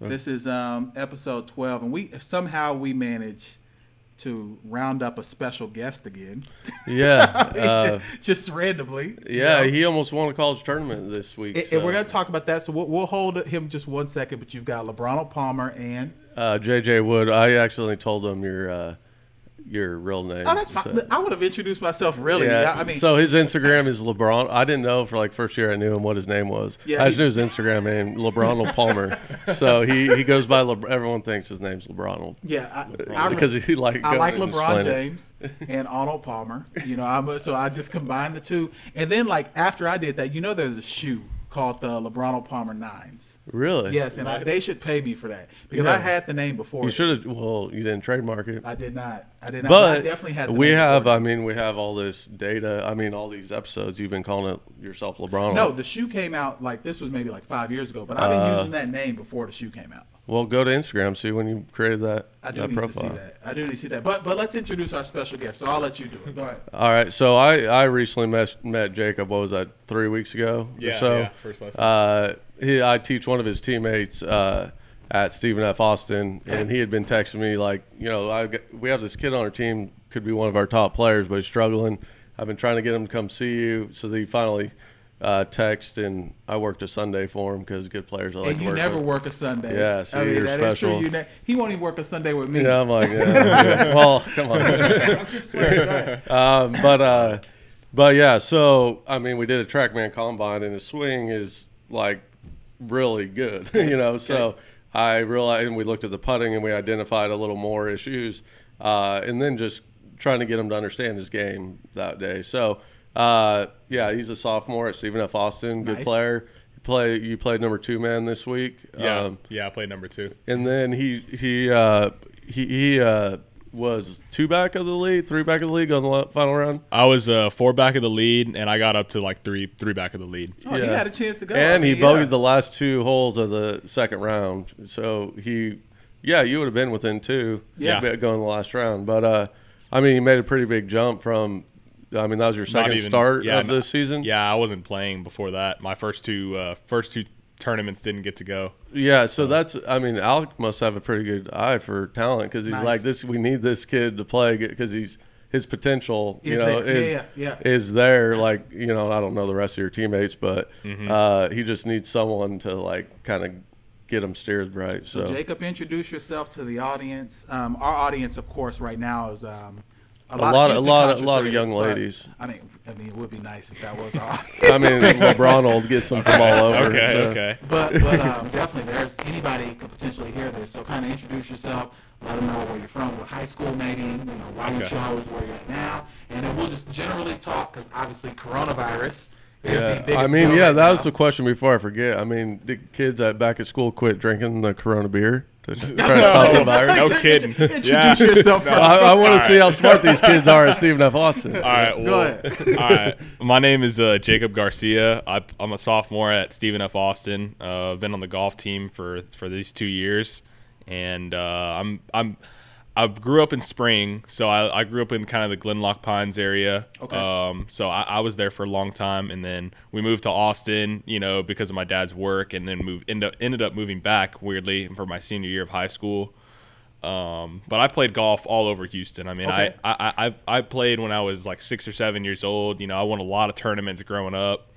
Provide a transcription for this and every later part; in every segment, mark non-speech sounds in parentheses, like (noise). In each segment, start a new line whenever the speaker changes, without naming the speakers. This is um, episode 12, and we somehow we managed to round up a special guest again, (laughs)
Yeah. Uh,
just randomly. you
yeah,
know?
he almost won a college tournament this week.
And-
so.
and we're gonna talk about that. So we'll, we'll hold him just one second. But you've got LeBron Palmer and
uh, JJ Wood. I accidentally told him your uh, your real name.
oh, that's fine.
so-
I would have introduced myself really.
Yeah,
I, I mean,
so his Instagram is LeBron. I didn't know for like first year I knew him what his name was.
Yeah,
I just
he-
knew his Instagram name,
(laughs)
LeBronald Palmer. so he, he goes by LeBron. Everyone thinks his name's LeBronald
yeah, I, I,
because he like
I
go
like
and
LeBron
explain it.
James and Arnold Palmer. You know, I'm a, so I just combined the two, and then like after I did that, you know, there's a shoe called the LeBron Palmer Nines.
Really?
Yes, and I, they should pay me for that because I
Yeah.
had the name before.
You
it.
should have. Well, you didn't trademark it.
I did not. I did not.
but
I definitely had. The
we
name
have. um,
before it.
I mean, we have all this data. I mean, all these episodes. You've been calling it yourself LeBron.
no, the shoe came out like this was maybe like five years ago, but I've been using
Uh,
that name before the shoe came out.
Well, go to Instagram. See when you created that,
I do
that
need
profile.
to see that. I do need to see that. But but let's introduce our special guest. So I'll let you do it. Go ahead.
All right, so I, I recently met, met Jacob. What was that? Three weeks ago
Yeah,
or so.
yeah, first lesson.
Uh, he, I teach one of his teammates uh, at Stephen F. Austin, and he had been texting me like, you know, I got, we have this kid on our team could be one of our top players, but he's struggling. I've been trying to get him to come see you, so he finally uh, texted, and I worked a Sunday for him because good players I like
and
to
you
work
never
with.
work a Sunday.
Yeah, so
I mean,
you're
that is
special.
true. You ne- he won't even work a Sunday with me.
Yeah, I'm like, yeah, (laughs) yeah. well, come
(laughs)
on.
I'm just playing. Go ahead.
um, but uh, but yeah, so I mean, we did a TrackMan combine, and his swing is like really good, (laughs) you know. So I realized, and we looked at the putting, and we identified a little more issues, uh, and then just trying to get him to understand his game that day. So uh, yeah, he's a sophomore at Stephen F. Austin, good
Nice.
player. You play you played number two man this week.
Yeah,
Um,
yeah, I played number two.
and then he he uh, he, he uh, was two back of the league, three back of the league on the la- final round.
I was uh, four back of the lead, and I got up to like three, three back of the lead.
Oh, you
Yeah.
had a chance to go.
and
I mean,
he bogeyed
yeah.
the last two holes of the second round. So he, yeah, you would have been within two,
Yeah.
bit going the last round. But uh, I mean, he made a pretty big jump from. I mean, that was your second
even-
start
yeah,
of the
not-
season.
Yeah, I wasn't playing before that. My first two, uh, first two tournaments didn't get to go.
yeah. So that's. I mean, Alec must have a pretty good eye for talent because he's
Nice.
like this. We need this kid to play because he's his potential. you
Is
know,
there. Yeah,
is
yeah, yeah.
is there. Like you know, I don't know the rest of your teammates, but
Mm-hmm.
uh, he just needs someone to like kind of get him steered right. So,
So Jacob, introduce yourself to the audience. Um, our audience, of course, right now is um, a
lot of-
Houston
a lot of- a lot
concentrated,
of young
but,
ladies.
I mean, I mean, it would be nice if that
(laughs)
was our audience.
I
(laughs)
mean, LeBronald gets them from all over.
Okay,
so.
okay.
(laughs) But, but um, definitely, there's anybody could potentially hear this. So kind of introduce yourself. Let them know where you're from, what high school maybe, you know, why you
Okay.
chose, where you're at now, and then we'll just generally talk because obviously coronavirus. Is the
Yeah,
biggest
I mean,
deal
yeah,
right
that was
now.
the question before I forget. I mean, did kids at back at school quit drinking the Corona beer to
(laughs)
try (laughs) to stop the virus?
No
(laughs)
kidding.
Introduce
Yeah.
yourself. first.
(laughs) I, I want
All
to see how smart these kids are at Stephen F. Austin.
All right, well,
(laughs) Go
all right. My name is uh, Jacob Garcia. I, I'm a sophomore at Stephen F. Austin. Uh, I've been on the golf team for for these two years, and uh, I'm I'm I grew up in Spring, so I, I grew up in kind of the Glenlock Pines area.
Okay.
Um, so I, I was there for a long time, and then we moved to Austin, you know, because of my dad's work, and then moved end up, ended up moving back weirdly for my senior year of high school. Um, but I played golf all over Houston. I mean,
Okay.
I, I, I I've- I played when I was like six or seven years old. You know, I won a lot of tournaments growing up.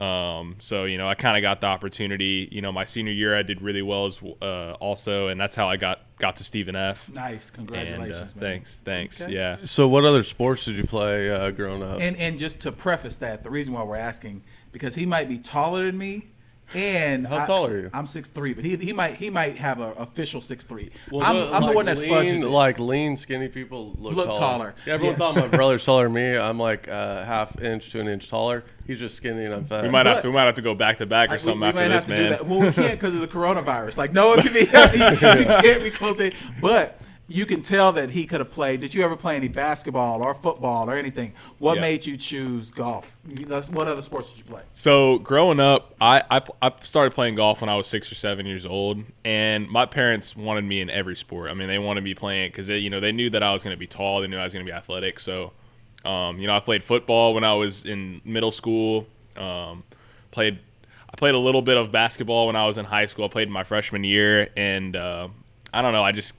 Um, so you know, I kind of got the opportunity. You know, my senior year I did really well as uh, also, and that's how I got got to Stephen F.
Nice,
And, uh,
congratulations, man.
thanks, thanks,
Okay.
yeah.
So, what other sports did you play uh, growing up?
And and just to preface that, the reason why we're asking because he might be taller than me, and
How
I-
tall are you?
I'm six three, but he, he might he might have an official six three.
Well,
I'm,
the-
I'm the
like
one that
lean,
fudges. it.
Like lean, skinny people look,
Look
taller.
taller.
Yeah, everyone
Yeah.
thought
(laughs)
my brother's taller than me. I'm like uh, half inch to an inch taller. He's just skinny and I'm fat.
We might
But-
have to we might have to go back to back or
Like,
something after
might
this, man.
Well, we can't because of the coronavirus. Like, no one can be. (laughs)
(laughs)
we can't be close. To, but you can tell that he could have played. Did you ever play any basketball or football or anything? What
Yeah.
made you choose golf? You- that's- What other sports did you play?
So growing up, I, I I started playing golf when I was six or seven years old, and my parents wanted me in every sport. I mean, they wanted me playing because they you know they knew that I was going to be tall, they knew I was going to be athletic. So, um, you know, I played football when I was in middle school. Um, played I played a little bit of basketball when I was in high school. I played my freshman year, and uh, I don't know. I just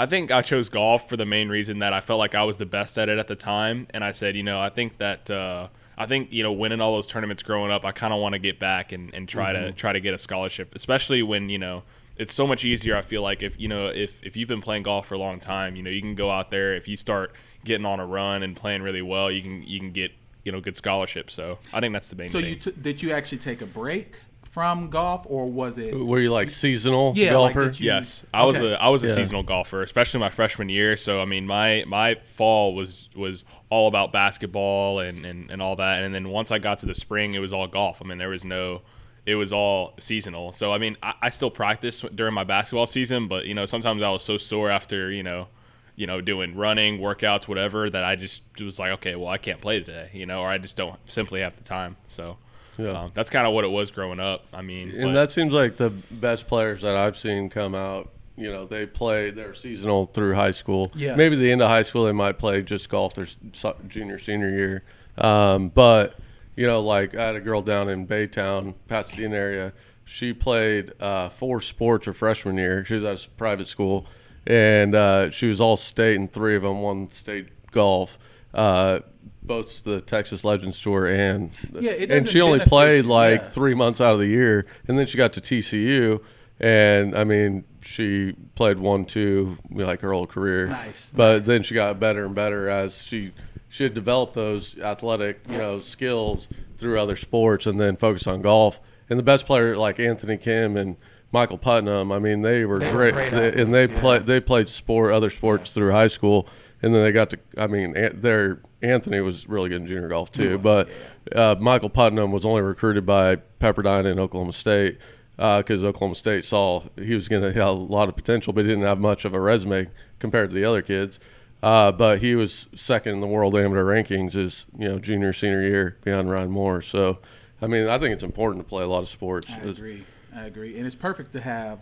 I think I chose golf for the main reason that I felt like I was the best at it at the time, and I said, you know, I think that uh, I think you know winning all those tournaments growing up, I kind of want to get back and, and try
Mm-hmm.
to try to get a scholarship, especially when you know it's so much easier. I feel like if you know if if you've been playing golf for a long time, you know you can go out there if you start getting on a run and playing really well, you can you can get you know good scholarship. So I think that's the main
So
thing.
you t- did you actually take a break from golf, or was it?
Were you like seasonal
Yeah, like,
golfer?
did you-
Yes, I was
Okay.
a I was a
Yeah.
seasonal golfer, especially my freshman year. So I mean, my my fall was was all about basketball and, and and all that. And then once I got to the spring, it was all golf. I mean, there was no, it was all seasonal. So I mean, I, I still practiced during my basketball season, but you know, sometimes I was so sore after you know, you know, doing running workouts, whatever, that I just was like, okay, well, I can't play today, you know, or I just don't simply have the time. So.
Yeah.
Um, that's kind of what it was growing up. I mean, but-
And that seems like the best players that I've seen come out. You know, they play their seasonal through high school.
Yeah.
Maybe the end of high school they might play just golf their so- junior senior year. Um, but you know, like I had a girl down in Baytown, Pasadena area. She played uh, four sports her freshman year. She was at a s- private school, and uh, she was all state in three of them. One state golf. Uh, both the Texas Legends Tour and
Yeah, it
and
doesn't
she only
benefit
played
you,
like
yeah.
three months out of the year, and then she got to TCU, and I mean, she played one two like her whole career.
Nice,
But then she got better and better as she she had developed those athletic you know skills through other sports, and then focused on golf. And the best player like Anthony Kim and Michael Putnam, I mean, they were
They were
great,
great
They- and they
athletes, yeah.
played they played sport other sports through high school, and then they got to. I mean, An- their Anthony was really good in junior golf too, but uh, Michael Putnam was only recruited by Pepperdine and Oklahoma State because Oklahoma State saw he was going to have a lot of potential, but he didn't have much of a resume compared to the other kids. Uh, but he was second in the world amateur rankings his you know junior senior year behind Ryan Moore. So, I mean, I think it's important to play a lot of sports.
I
It's-
agree. I agree. And it's perfect to have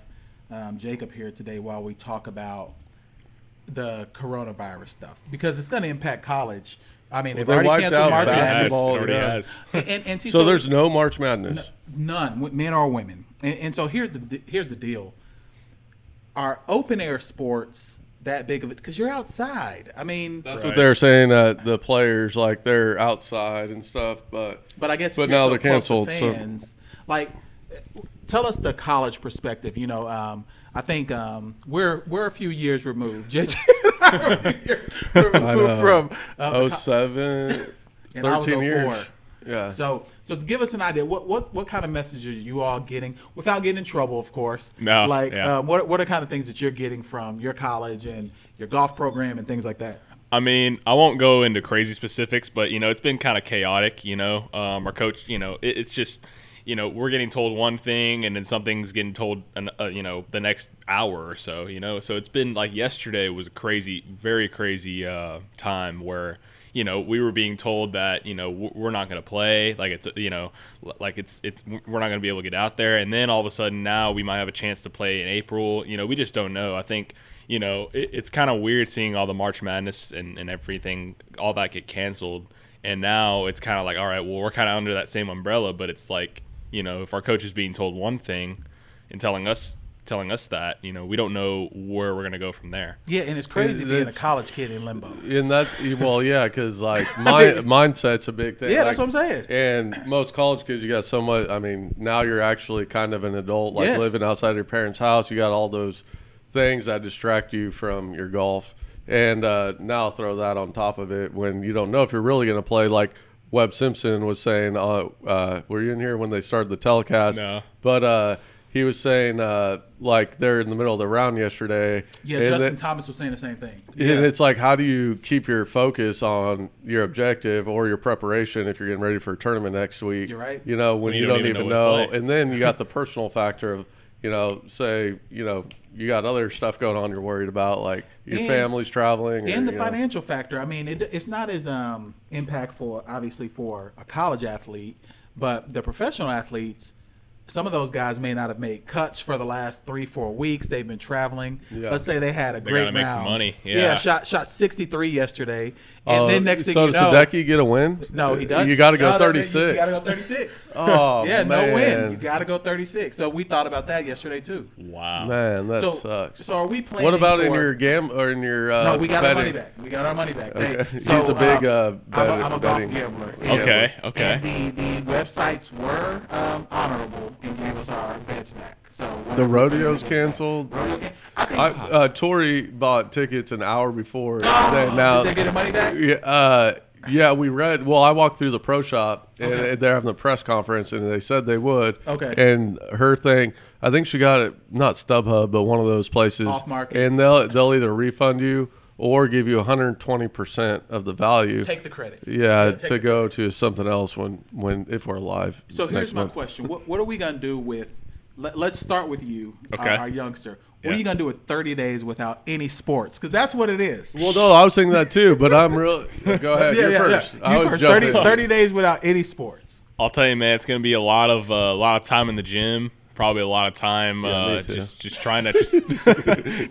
um, Jacob here today while we talk about the coronavirus stuff because it's going to impact college. I mean, they've
they
already
wiped
canceled
out
March Madness.
basketball,
It already
yeah.
has.
And, and, and see,
So, there's no March Madness.
None, w- men or women. And, and so here's the d- here's the deal. Are open air sports that big of it? Because you're outside. I mean,
That's
Right.
what they're saying. Uh, the players like they're outside and stuff, but
but I guess
But
if you're
now
so
they're
close to
canceled, so-
Fans, like, tell us the college perspective. You know, um, I think um, we're we're a few years removed. (laughs) JJ, we're removed from uh,
oh seven,
(laughs) And I was
13 years.
04.
Yeah.
So, so give us an idea. What what what kind of messages are you all getting without getting in trouble, of course?
No,
Like,
yeah.
um, what what are kind of things that you're getting from your college and your golf program and things like that?
I mean, I won't go into crazy specifics, but you know, it's been kind of chaotic. You know, um, our coach, you know, it, it's just, you know, we're getting told one thing, and then something's getting told, an, uh, you know, the next hour or so. You know, so it's been like yesterday was a crazy, very crazy uh, time where. You know, we were being told that you know w- we're not going to play. Like it's you know, l- like it's it's we're not going to be able to get out there. And then all of a sudden now we might have a chance to play in April. You know, we just don't know. I think you know, it, it's kind of weird seeing all the March Madness and, and everything, all that get canceled. And now it's kind of like, all right, well, we're kind of under that same umbrella, but it's like, you know, if our coach is being told one thing and telling us telling us that, you know, we don't know where we're gonna go from there.
Yeah, and it's crazy
Yeah,
being a
that's-
college kid in limbo.
in that well yeah because
(laughs)
like my mindset's a big thing
Yeah, that's
like-
what I'm saying.
and most college kids you got somewhat i mean now you're actually kind of an adult like
Yes.
living outside your parents house you got all those things that distract you from your golf and uh, now throw that on top of it when you don't know if you're really going to play like webb simpson was saying uh, uh, were you in here when they started the telecast
No.
but uh, he was saying uh, like they're in the middle of the round yesterday
Yeah,
and
Justin
that-
Thomas was saying the same thing.
and it's like, how do you keep your focus on your objective or your preparation if you're getting ready for a tournament next week?
You're right.
You know, when, you, don't, even know.
what to play.
And then
(laughs)
you got the personal factor of, you know, say, you know, you got other stuff going on you're worried about, like your
And-
family's traveling. or,
and the
you know.
financial factor. I mean, it, it's not as um, impactful, obviously, for a college athlete, but the professional athletes, some of those guys may not have made cuts for the last three, four weeks. They've been traveling.
Yeah.
Let's say they had a great
gotta make some
round.
money.
yeah,
Yeah.
shot shot sixty three yesterday, and
Uh,
then next thing
so
you
does
know,
Sadecki get a win?
no, he does.
You got to
No,
go
no, no,
thirty
You
six.
got to go thirty six.
(laughs) Oh
yeah,
man.
no win. You got to go thirty six. So we thought about that yesterday too.
Wow.
Man, that
so
sucks.
so are we playing?
what about in
for-
your gam or in your? Uh,
No, we got our money
betting?
back. We got our money back. They-
Okay.
so,
He's a big, uh,
I'm a,
bet-
I'm a
betting.
golf gambler. And-
Okay, okay.
And the, the websites were um, honorable and gave us our bets back. So
The rodeo's canceled.
Rodeo can- I think,
I, uh, Tori bought tickets an hour before.
Oh,
they announced-
did they get the money back?
Yeah, uh, yeah, we read. Well, I walked through the pro shop, and they're having the press conference, and they said they would.
Okay.
And her thing, I think she got it not StubHub, but one of those places.
Off market.
And they'll they'll either refund you or give you 120 percent of the value.
Take the credit.
yeah,
take
to go to something else when when if we're live.
So here's
next
my
month.
question: What what are we gonna do with? Let, let's start with you, our-
Okay.
our, youngster. What
Yeah.
are you gonna do with 30 days without any sports? Because that's what it is.
Well, no, I was thinking that too, but I'm real.
(laughs)
Go ahead. you're first.
You
I always
first.
jump
30,
in.
30 days without any sports.
I'll tell you, man, it's gonna be a lot of uh, a lot of time in the gym. Probably a lot of time
me
uh,
too.
just just trying to just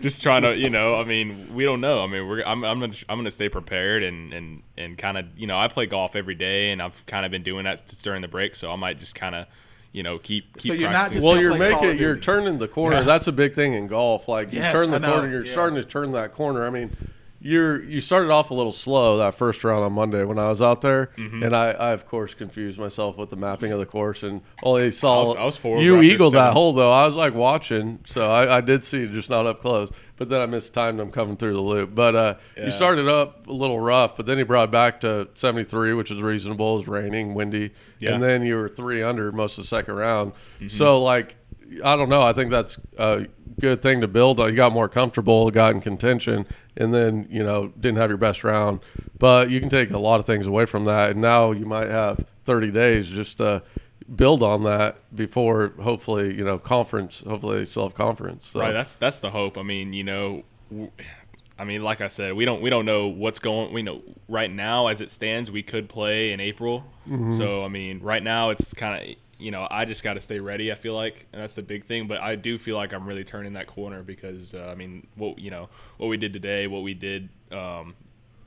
(laughs)
just (laughs) trying to you know. I mean, we don't know. I mean, we're I'm I'm gonna, I'm gonna stay prepared and and and kind of you know I play golf every day and I've kind of been doing that s- during the break, so I might just kind of you know keep keep.
you're not
practicing.
just-
well,
gonna
you're
play Call
making
of
you're
Duty.
turning the corner.
Yeah.
That's a big thing in golf. Like
Yes,
you turn the
I know.
corner, you're
Yeah.
starting to turn that corner. I mean, you're you started off a little slow that first round on Monday when I was out there,
Mm-hmm.
and I, I of course confused myself with the mapping of the course and only saw
I was- I was forward
you
right there,
eagled that
seven.
hole though. I was like watching, so I, I did see it, just not up close. But then I mistimed them coming through the loop. But uh,
Yeah.
you started up a little rough, but then he brought it back to 73, which is reasonable. It was raining, windy,
Yeah.
and then then you were three under most of the second round.
Mm-hmm.
So like, I don't know. I think that's a good thing to build on. You got more comfortable, got in contention, and then you know didn't have your best round. But you can take a lot of things away from that, and now you might have 30 days just to build on that before hopefully you know conference, hopefully self conference. So.
Right. That's that's the hope. I mean, you know, w- I mean, like I said, we don't we don't know what's going. We know right now as it stands, we could play in April.
Mm-hmm.
So I mean, right now it's kind of you know I just got to stay ready. I feel like and that's the big thing. But I do feel like I'm really turning that corner because uh, I mean, what you know, what we did today, what we did. Um,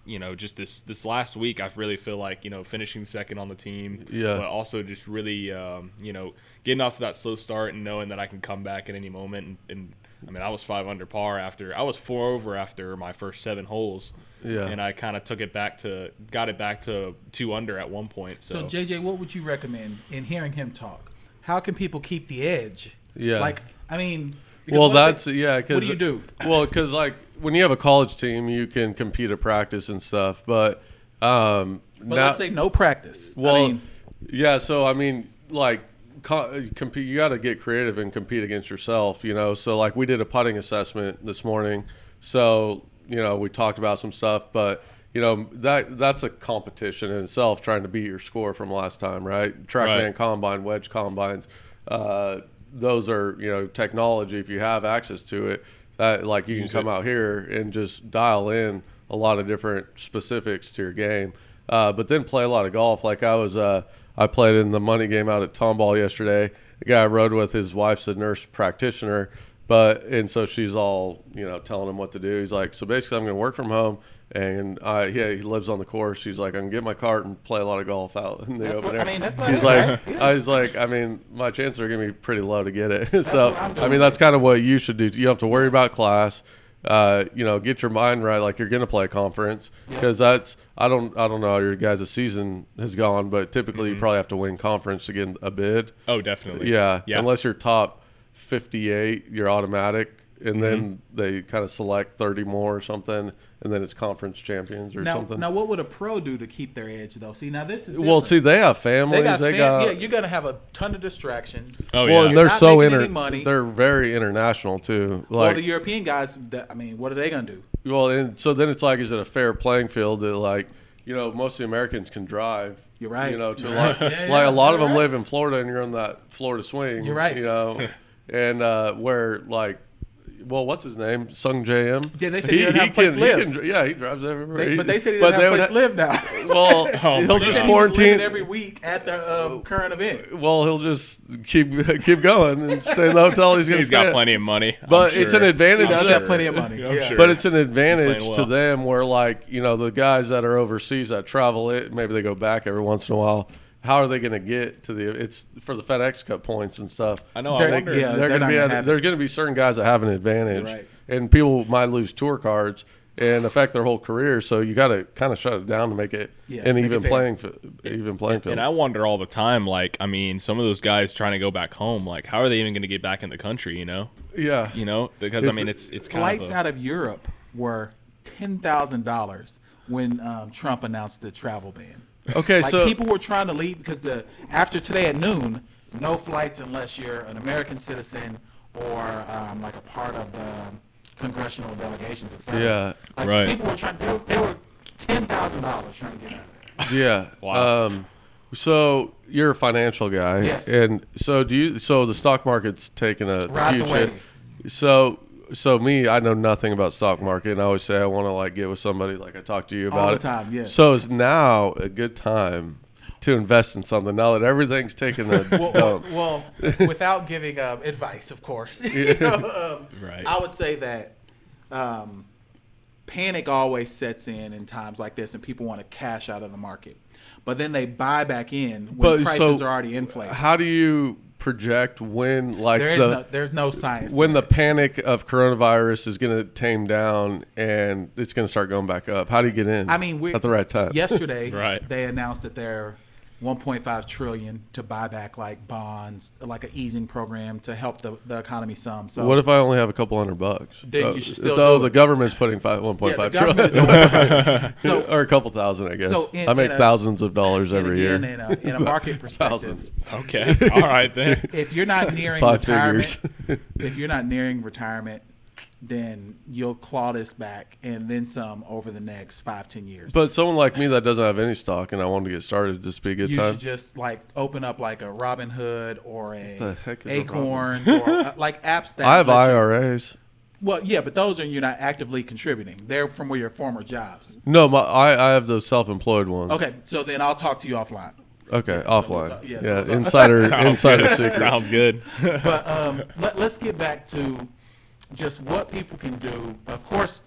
you know, just this this last week, I really feel like you know finishing second on the team,
Yeah.
but also just really um, you know getting off to that slow start and knowing that I can come back at any moment. And, and I mean, I was five under par after I was four over after my first seven holes.
Yeah.
and I kind of took it back to got it back to two under at one point. So,
So JJ, what would you recommend in hearing him talk? How can people keep the edge?
Yeah.
Like I mean. because
Well,
what if
that's
they-
yeah. Cause,
What do you do?
(laughs) Well, because like when you have a college team, you can compete at practice and stuff, but um,
But
now-
let's say no practice. I
Well,
mean,
yeah. So I mean, like, co- compete. You got to get creative and compete against yourself. You know. So like, we did a putting assessment this morning. So you know, we talked about some stuff, but you know that that's a competition in itself, trying to beat your score from last time, right? Trackman
Right.
combine, wedge combines. Uh, those are you know technology. If you have access to it, that like you can come out here and just dial in a lot of different specifics to your game. Uh, but then play a lot of golf. Like I was, uh, I played in the money game out at Tomball yesterday. The guy I rode with, his wife's a nurse practitioner, but and so she's all you know telling him what to do. He's like, so basically, I'm going to work from home. And I, yeah, he lives on the course. He's like, I can get my cart and play a lot of golf out in the
That's
open
what- I
air.
mean, that's not
He's
it,
like,
right? Yeah.
I was like, I mean, my chances are going to be pretty low to get it. (laughs) so,
what I'm
I mean,
doing.
that's kind of what you should do. You don't have to worry about class. Uh, you know, get your mind right, like you're going to play conference, because that's I don't I don't know how your guys' season has gone, but typically you probably have to win conference to get a bid.
Mm-hmm. oh, definitely,
Yeah,
yeah.
unless you're top 58, you're automatic, and
Mm-hmm.
then they kind of select 30 more or something, and then it's conference champions or
now,
something.
now what would a pro do to keep their edge though? See, now this is
well,
different.
see, they have families.
they got,
They got,
fam- yeah, you're gonna have a ton of distractions.
oh
well,
yeah,
and they're
not
so
making any
inter.
money.
They're very international too.
well,
Like,
the European guys, that, I mean, what are they gonna do?
well, and so then it's like, is it a fair playing field that like, you know, most of the Americans can drive.
You're right.
You know, to
(laughs)
a
You're
lot,
right. Yeah,
like
yeah,
a lot of
you're
them
right.
live
(laughs)
in Florida, and you're on that Florida swing.
You're right.
You know, and uh, where like, well, what's his name? Sung J M.
Yeah, they said he doesn't have a place to live.
dri- yeah, he drives everywhere.
They,
He-
but they said he doesn't have a place to
would
live now. (laughs)
ha- Well,
Oh,
he'll
They said
just
my God.
he was living
quarantine.
every week at the uh, current event.
well, he'll just keep (laughs) keep going and stay in the hotel. He's gonna.
He's got
stay at.
plenty of money. I'm
But it's
sure.
an advantage.
He does
to-
have plenty of money.
I'm
yeah.
sure.
But it's an advantage
playing
to
well.
them where, like, you know, the guys that are overseas that travel it, maybe they go back every once in a while. How are they going to get to the? It's for the FedEx Cup points and stuff.
I know. I
They're-
wonder.
yeah.
they're,
they're
going to
not
be
gonna
at-
have it.
there's going to be certain guys that have an advantage,
Right.
and people might lose tour cards and affect their whole career. So you got to kind of shut it down to make it
Yeah,
an
make it
even
fair.
playing fi- even playing field.
And I wonder all the time. Like, I mean, some of those guys trying to go back home. Like, how are they even going to get back in the country? You know.
yeah,
You know, because I
It's-
mean, it's it's kind
Flights
of a,
out of Europe were ten thousand dollars when um, Trump announced the travel ban.
Okay,
Like
so
people were trying to leave because the after today at noon, no flights unless you're an American citizen or um, like a part of the congressional delegations. Or something.
Yeah.
like,
Right.
People were trying. They were, they were ten thousand dollars trying to get out. of there.
yeah.
Wow.
Um, so you're a financial guy,
Yes.
and so do you. So the stock market's taken a
Ride the
huge hit.
wave.
So, so me, I know nothing about stock market, and I always say I want to like get with somebody, like I talk to you about
the
it.
time, yeah.
So is now a good time to invest in something now that everything's taking
(laughs)
a
well,
dump.
well,
(laughs)
well, without giving um, advice, of course. (laughs) You know, um,
Right.
I would say that um, panic always sets in in times like this, and people want to cash out of the market, but then they buy back in when
But,
prices
so,
are already inflated.
How do you project when like
There is
the
no, there's no science. to
when the
that.
panic of coronavirus is going to tame down and it's going to start going back up? How do you get in?
I mean, we're
at the (laughs) right time.
Yesterday,
Right.
they announced that they're 1.5 trillion to buy back like bonds, like an easing program to help the, the economy some. So
What if I only have a couple hundred bucks?
Oh. Then you should still
though
do
the
it.
government's putting five, one
yeah,
point
the
five trillion.
government is-
(laughs)
so
or a couple thousand, I guess.
So in-
I make
in a-
thousands of dollars
and
every
again,
year.
in a, in a market perspective,
(laughs) Thousands.
(laughs) okay. All right then.
(laughs)
if you're not nearing
Five
retirement,
(laughs) figures.
if you're not nearing retirement, then you'll claw this back and then some over the next five ten years.
But someone like me that doesn't have any stock and I wanted to get started, just be a good
you
time.
should just like open up like a Robin Hood or
the
a
heck is a
Acorns or uh, like apps that
(laughs) I have
let you-
IRAs.
Well, yeah, but those are you're not actively contributing. They're from where your former jobs.
No, my I, I have the self-employed ones.
Okay, so then I'll talk to you offline.
Okay, offline.
talk- yeah, so
yeah,
we'll talk-
insider
Sounds
insider
good.
secret. (laughs)
Sounds good.
But um, let, let's get back to just what people can do. Of course,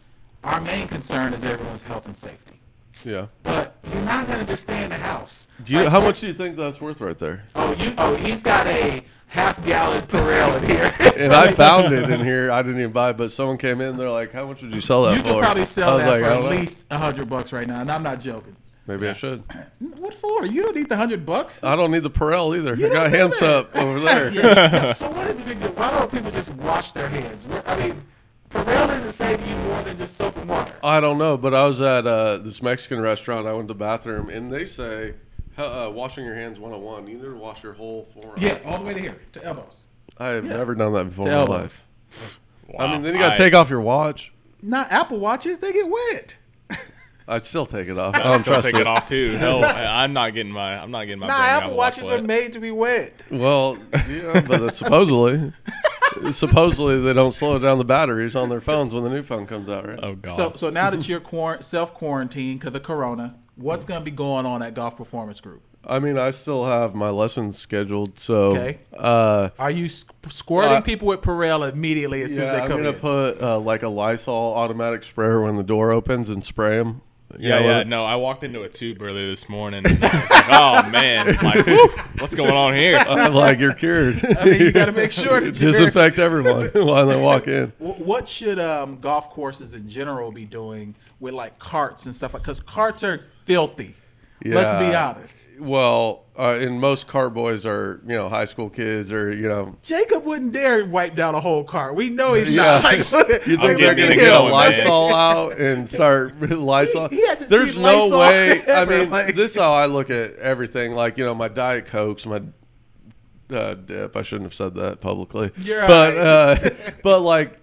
our main concern is everyone's health and safety.
Yeah.
But you're not gonna just stay in the house.
Do you?
Like,
How much do you think that's worth
(laughs)
right there?
Oh, you. Oh, he's got a half gallon Pirelli in here.
(laughs) And I found it in here. I didn't even buy it, but someone came in. They're like, "How much would you sell that
you
for?"
could probably
I
sell
was
that
like,
for
I don't
at
know.
least a hundred bucks right now, and I'm not joking.
Maybe I should.
What for? You don't need the hundred bucks.
I don't need the Perel either. I
don't
got
do
hands
that.
up over
(laughs)
there. (laughs)
Yeah. so what is the big deal? Why don't people just wash their hands? We're- I mean, Pirelli doesn't save you more than just soap and water.
I don't know, but I was at uh, this Mexican restaurant. I went to the bathroom, and they say uh, washing your hands one on one. You need to wash your whole forearm.
Yeah, all the way to here to elbows.
I have
Yeah.
never done that before in
To
my
elbow.
life. I mean, then you
Wow.
got to take off your watch.
Not Apple watches. They get wet.
I still take it off.
I,
I
I'll
don't
still
trust
take
it.
it
(laughs)
off too. No, I, I'm not getting my. I'm not getting my.
Nah,
brand new
Apple watches
Watch
are
wet.
made to be wet.
Well, yeah, but that's
(laughs)
supposedly, supposedly they don't slow down the batteries on their phones when the new phone comes out, right?
Oh god.
So, so now
(laughs)
that you're quar- self quarantined because of Corona, what's going to be going on at Golf Performance Group?
I mean, I still have my lessons scheduled, so
Okay.
uh,
Are you squ- squirting
Uh,
people with Pirel immediately as soon
yeah,
as they
I'm
come
gonna
in?
put uh, like a Lysol automatic sprayer when the door opens and spray them.
yeah, yeah, no, I walked into a tube earlier
(laughs)
this morning. And I was like, oh man, like, whew, what's going on here?
(laughs)
(laughs)
I'm like you're cured.
I mean, you got to make
(laughs)
sure that you're
Disinfect everyone (laughs) while they walk in.
Wh- What should um, golf courses in general be doing with like carts and stuff? Because carts are filthy. Let's be
Yeah.
honest.
Well, uh, and most carboys are you know high school kids or you know
Jacob wouldn't dare wipe down a whole cart. We know he's
Yeah.
not. (laughs) Like,
(laughs) You
I'm
think they're
getting
gonna
it
get a
going, man.
Lysol (laughs) out and start (laughs) with Lysol?
He- he hasn't
There's
seen
no
Lysol (laughs)
way. I
ever,
mean,
like-
this is how I look at everything. Like you know, my diet cokes, my uh, dip. I shouldn't have said that publicly.
You're
but
all (laughs)
uh, but like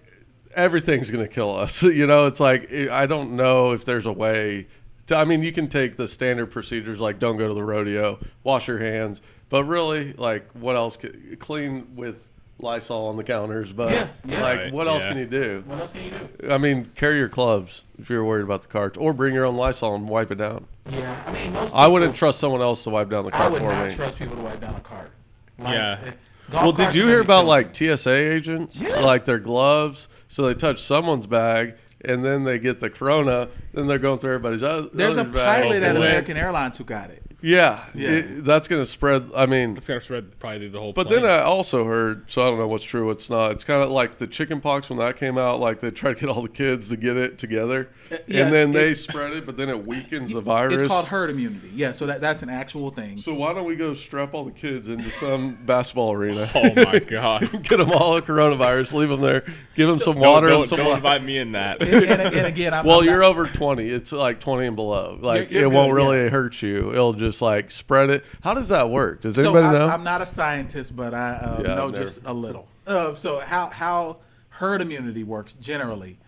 everything's gonna kill us. (laughs) You know, it's like I don't know if there's a way. To, I mean, you can take the standard procedures like don't go to the rodeo, wash your hands, but really, like what else? c- Clean with Lysol on the counters, but
Yeah, yeah.
like,
Right,
what else
yeah.
can you do?
What else can you do?
I mean, carry your clubs if you're worried about the carts, or bring your own Lysol and wipe it down.
Yeah, I mean, most
I wouldn't trust someone else to wipe down the
I
cart
would
for
not
me.
trust people to wipe down a cart. Like,
Yeah.
if-
Well,
golf
did
carts
you
are
hear
gonna be
about
filthy.
like TSA agents,
Yeah.
like their gloves? So they touch someone's bag, and then they get the corona. Then they're going through everybody's. oth-
There's a
other bag.
pilot at
Away.
American Airlines who got it.
Yeah,
Yeah.
it- that's gonna spread. I mean,
It's gonna spread probably through the whole.
but
plane.
then uh, I also heard. So I don't know what's true, what's not. It's kind of like the chicken pox when that came out. Like they tried to get all the kids to get it together,
yeah,
and then they
it-
spread it. But then it weakens the virus.
It's called herd immunity. Yeah, so that, that's an actual thing.
so why don't we go strap all the kids into some basketball arena? (laughs)
oh my god!
Get them all a coronavirus, leave them there, give them some
Don't,
water
don't,
and some
don't
li-
invite me
(laughs)
in that.
and, and, and again, I'm,
Well,
I'm
you're
not,
over 20. It's like 20 and below. Like
You're- you're
it won't
good,
really hurt you. It'll just like spread it. How does that work? Does
so
anybody
I,
know?
I'm not a scientist, but I uh,
Yeah,
know
I've never-
just a little. Uh, so how how herd immunity works generally,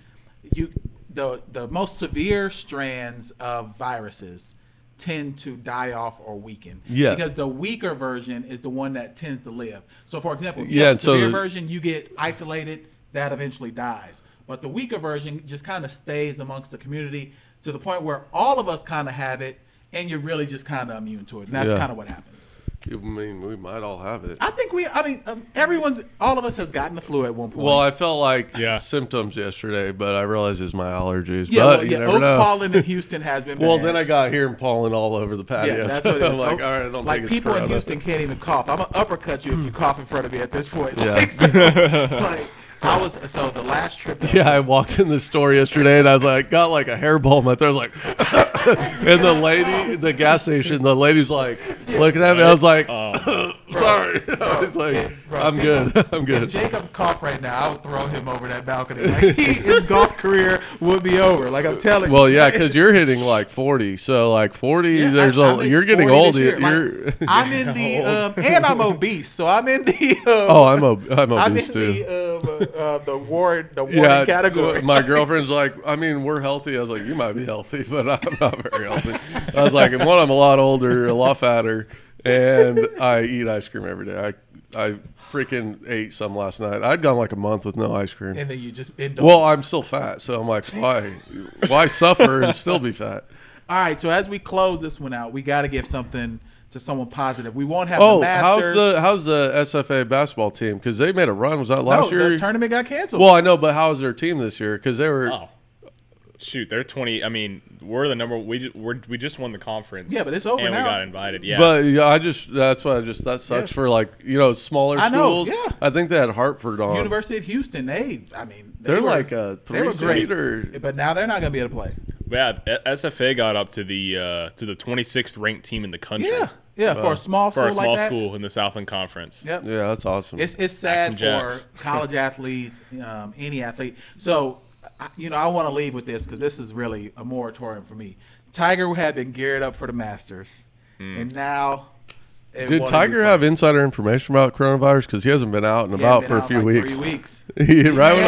you the the most severe strands of viruses tend to die off or weaken.
Yeah.
Because the weaker version is the one that tends to live. So for example, if
Yeah,
you have a
and so
severe
the-
version, you get isolated, that eventually dies. But the weaker version just kind of stays amongst the community to the point where all of us kind of have it and you're really just kind of immune to it. And that's
Yeah.
kind of what happens.
I mean, we might all have it.
I think we. I mean, um, everyone's. All of us has gotten the flu at one point.
well, I felt like
Yeah.
symptoms yesterday, but I realized it's my allergies.
yeah,
but
well,
you
yeah.
never
Oak
know.
pollen in Houston has
(laughs)
been.
well,
bad.
then I got here and pollen all over the patio.
Yeah, that's
so
what it is.
I'm (laughs) like,
Oak-
all right, I don't
like
think it's
people in
corona.
Houston can't even cough. I'm gonna uppercut you if you cough in front of me at this point.
Yeah.
Like,
(laughs)
so, like, I was. So the last trip. that I
Yeah, I walked in the store yesterday and I was like, got like a hairball in my throat. I was like, (laughs) and the lady, the gas station, the lady's like looking at me. I was like, (laughs) sorry. (laughs) I was like,
bro,
I'm
people-
good. (laughs) I'm
If
good.
Jacob cough right now, I would throw him over that balcony. Like (laughs) he, his golf career would be over. Like I'm telling
Well,
you.
yeah, because you're hitting like 40. So, like 40,
(laughs) Yeah,
there's
I-
a
I'm in
you're getting
40 this year.
old. You're,
Like, I'm in the um, and I'm obese, so I'm in the. Um,
(laughs) oh, I'm, ob- I'm
I'm in
obese too.
the um, uh, the ward the warning
(laughs) Yeah,
category.
my girlfriend's like, I mean, we're healthy. I was like, you might be healthy, but I'm not very healthy. I was like, and one, I'm a lot older, a lot fatter, and I eat ice cream every day. I I freaking ate some last night. I'd gone like a month with no ice cream.
and then you just end up.
Well, I'm still fat, so I'm like, why, why suffer and still be fat?
all right. So as we close this one out, we got to give something to someone positive. We won't have
Oh,
the
how's
Masters.
the how's the SFA basketball team? Because they made a run. Was that
no,
last year?
the tournament got canceled.
well, I know, but how's their team this year? Because they were.
Oh, shoot! They're twenty. I mean, we're the number. We just, we're, we just won the conference.
Yeah, but it's over
and
now.
we got invited. Yeah,
But yeah, I just that's why I just that sucks
Yeah.
for like you know smaller
I know,
schools.
yeah.
I think they had Hartford on.
University of Houston. They, I mean, they
They're
were-
like a
they were
three
great,
seed or
but now they're not going to be able to play.
yeah. E- a- SFA got up to the uh, to the twenty sixth ranked team in the country.
Yeah, yeah. for a small school
for a small
like that.
school in the Southland Conference.
Yep.
yeah, that's awesome.
It's it's sad
Maxim Jacks.
for (laughs) college athletes, um, any athlete. So, I, you know, I want to leave with this because this is really a moratorium for me. Tiger had been geared up for the Masters, and now it
Did
won't
Tiger
be-
have insider information about coronavirus? Because he hasn't been out and
He had
about
been
for a
out
few
like
weeks.
Three
(laughs)
weeks.
Yeah, right when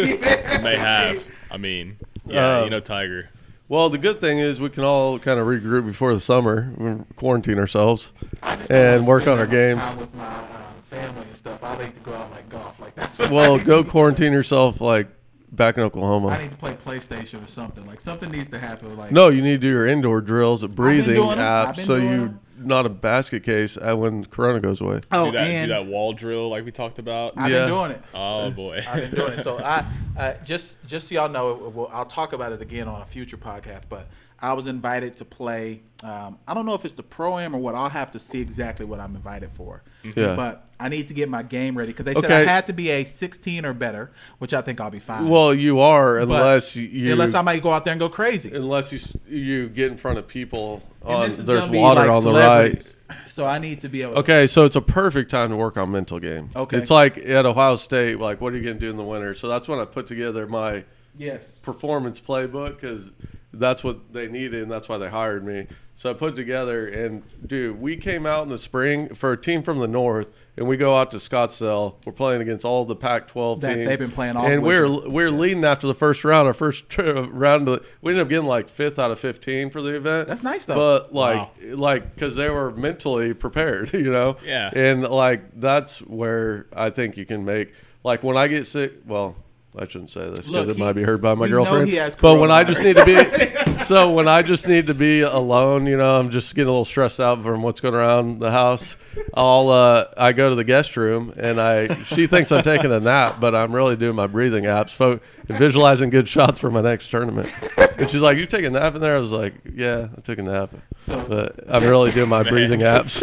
all-
Yeah. (laughs)
They have. I mean, yeah,
Uh,
you know, Tiger.
well, the good thing is we can all kind of regroup before the summer, we quarantine ourselves,
I just don't
(laughs) and
wanna
work
spend
on our
that
games.
much time With my um, family and stuff, I like to go out like golf. Like that's what I
Well,
like
go
to do.
quarantine yourself like back in
(laughs)
Oklahoma.
I need to play PlayStation or something. Like something needs to happen. Like
No, you need to do your indoor drills, a breathing
doing 'em. I've
app,
been
so
doing
you
'em.
not a basket case uh, when Corona goes away.
oh,
Do that, do
and
that wall drill like we talked about.
I've
Yeah.
been doing it. (laughs)
Oh boy.
I've been doing it. So I uh, just just so y'all know, we'll, I'll talk about it again on a future podcast. But I was invited to play. Um, I don't know if it's the pro am or what. I'll have to see exactly what I'm invited for.
Yeah.
But I need to get my game ready because they said I
Okay.
had to be a 16 or better, which I think I'll be fine.
Well, you are
But-
unless you
unless I might go out there and go crazy.
unless you s- you get in front of people.
And
On,
this is
Oh, there's
gonna be
water
like
on the right.
celebrities. So I need to be able. to
Okay, so it's a perfect time to work on mental game.
Okay.
it's like at Ohio State. Like, what are you going to do in the winter? So that's when I put together my
Yes.
performance playbook because that's what they needed, and that's why they hired me. So I put together, and dude, we came out in the spring for a team from the north, and we go out to Scottsdale. We're playing against all the Pac-12
That
teams.
they've been playing all
and
winter.
we're we're leading after the first round. Our first tr- (laughs) round, of, we ended up getting like fifth out of fifteen for the event.
That's nice, though.
But like,
Wow.
like because they were mentally prepared, (laughs) you know.
Yeah.
And like that's where I think you can make like when I get sick. Well, I shouldn't say this because
Look,
it
he-
might be heard by my
we know
girlfriend.
he has
but when I just need
(laughs)
to be, so when I just need to be alone, you know, I'm just getting a little stressed out from what's going around the house. I'll uh, I go to the guest room and I she thinks I'm taking a nap, but I'm really doing my breathing apps, fo- visualizing good shots for my next tournament. And she's like, "You take a nap in there?" I was like, "Yeah, I took a nap."
So-
but I'm really
(laughs)
doing my breathing apps.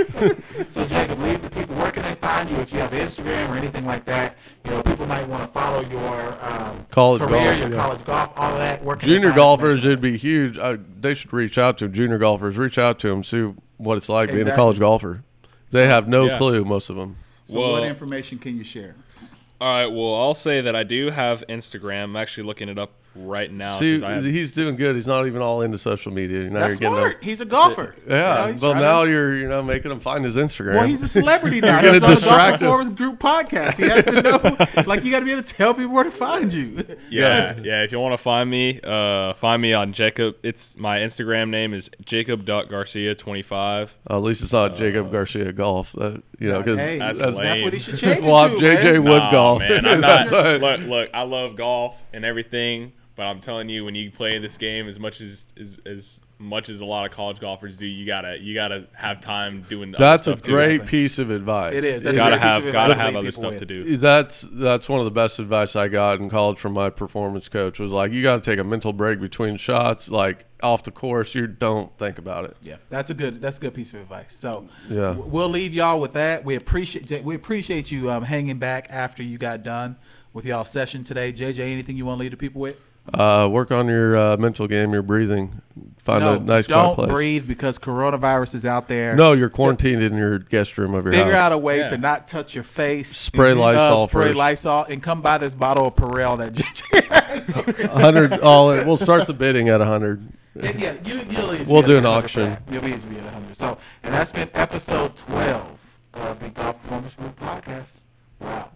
So Jacob, leave the people. Where can they find you if you have Instagram or anything like that? You know, people might want to follow your um,
College
career,
golf,
your
yeah.
college golf, all that. Where can they
junior
find
golfers
information?
it'd be huge I, they should reach out to 'em. junior golfers reach out to them see what it's like being a
Exactly. Oh,
college golfer they have no
Yeah.
clue most of them
So
Well-
what information can you share?
(laughs) All right. Well, I'll say that I do have Instagram. I'm actually looking it up right now.
see
'cause I have-
he's doing good he's not even all into social media now
That's
you're getting
smart. He's a golfer.
A,
You
yeah
know, he's
well
trying
now
to-
you're you know making him find his instagram
Well, he's a
(laughs)
celebrity now.
gonna
He's on the Golf
distract him.
Performance Group podcast. He has to know, like, you got to be able to tell people where to find you.
yeah, yeah. If you want to find me, uh, find me on Jacob. It's my Instagram name is Jacob.Garcia25.
Uh, at least it's not jacob garcia golf that, you know because
hey,
that's
that's,
lame.
what he should change it
well i'm
to.
jj
man.
wood
Nah,
golf
Man, I'm not,
That's right.
look, look, I love golf and everything, but I'm telling you, when you play this game as much as as, as much as a lot of college golfers do, you gotta you gotta have time doing. other
that's a
stuff, too.
great piece of advice
It is. That's
You
a great
gotta
piece
have
of
gotta
advice to
have
leave
other
people
stuff
with.
to do.
that's that's one of the best advice I got in college from my performance coach was like you got to take a mental break between shots like off the course you don't think about it.
Yeah, that's a good that's a good piece of advice. So
Yeah.
w- we'll leave y'all with that. We appreciate J- we appreciate you um, hanging back after you got done with y'all session today. JJ, anything you want to leave the people with?
Uh, work on your uh, mental game, your breathing. Find a nice quiet
don't
place.
breathe because coronavirus is out there.
No, you're quarantined in your guest room of your
Figure out
house.
a way
Yeah.
to not touch your face. Mm-hmm. Uh,
Spray Lysol
spray
first.
Lysol and come buy this bottle of Perel that (laughs) JJ has.
hundred all. in. We'll start the bidding at hundred.
And yeah, you, you'll easily
We'll
be
do
at 100
an
for
auction.
that. You'll easily be at 100. So, and that's been episode 12 of the Golf Performance Group podcast. Wow.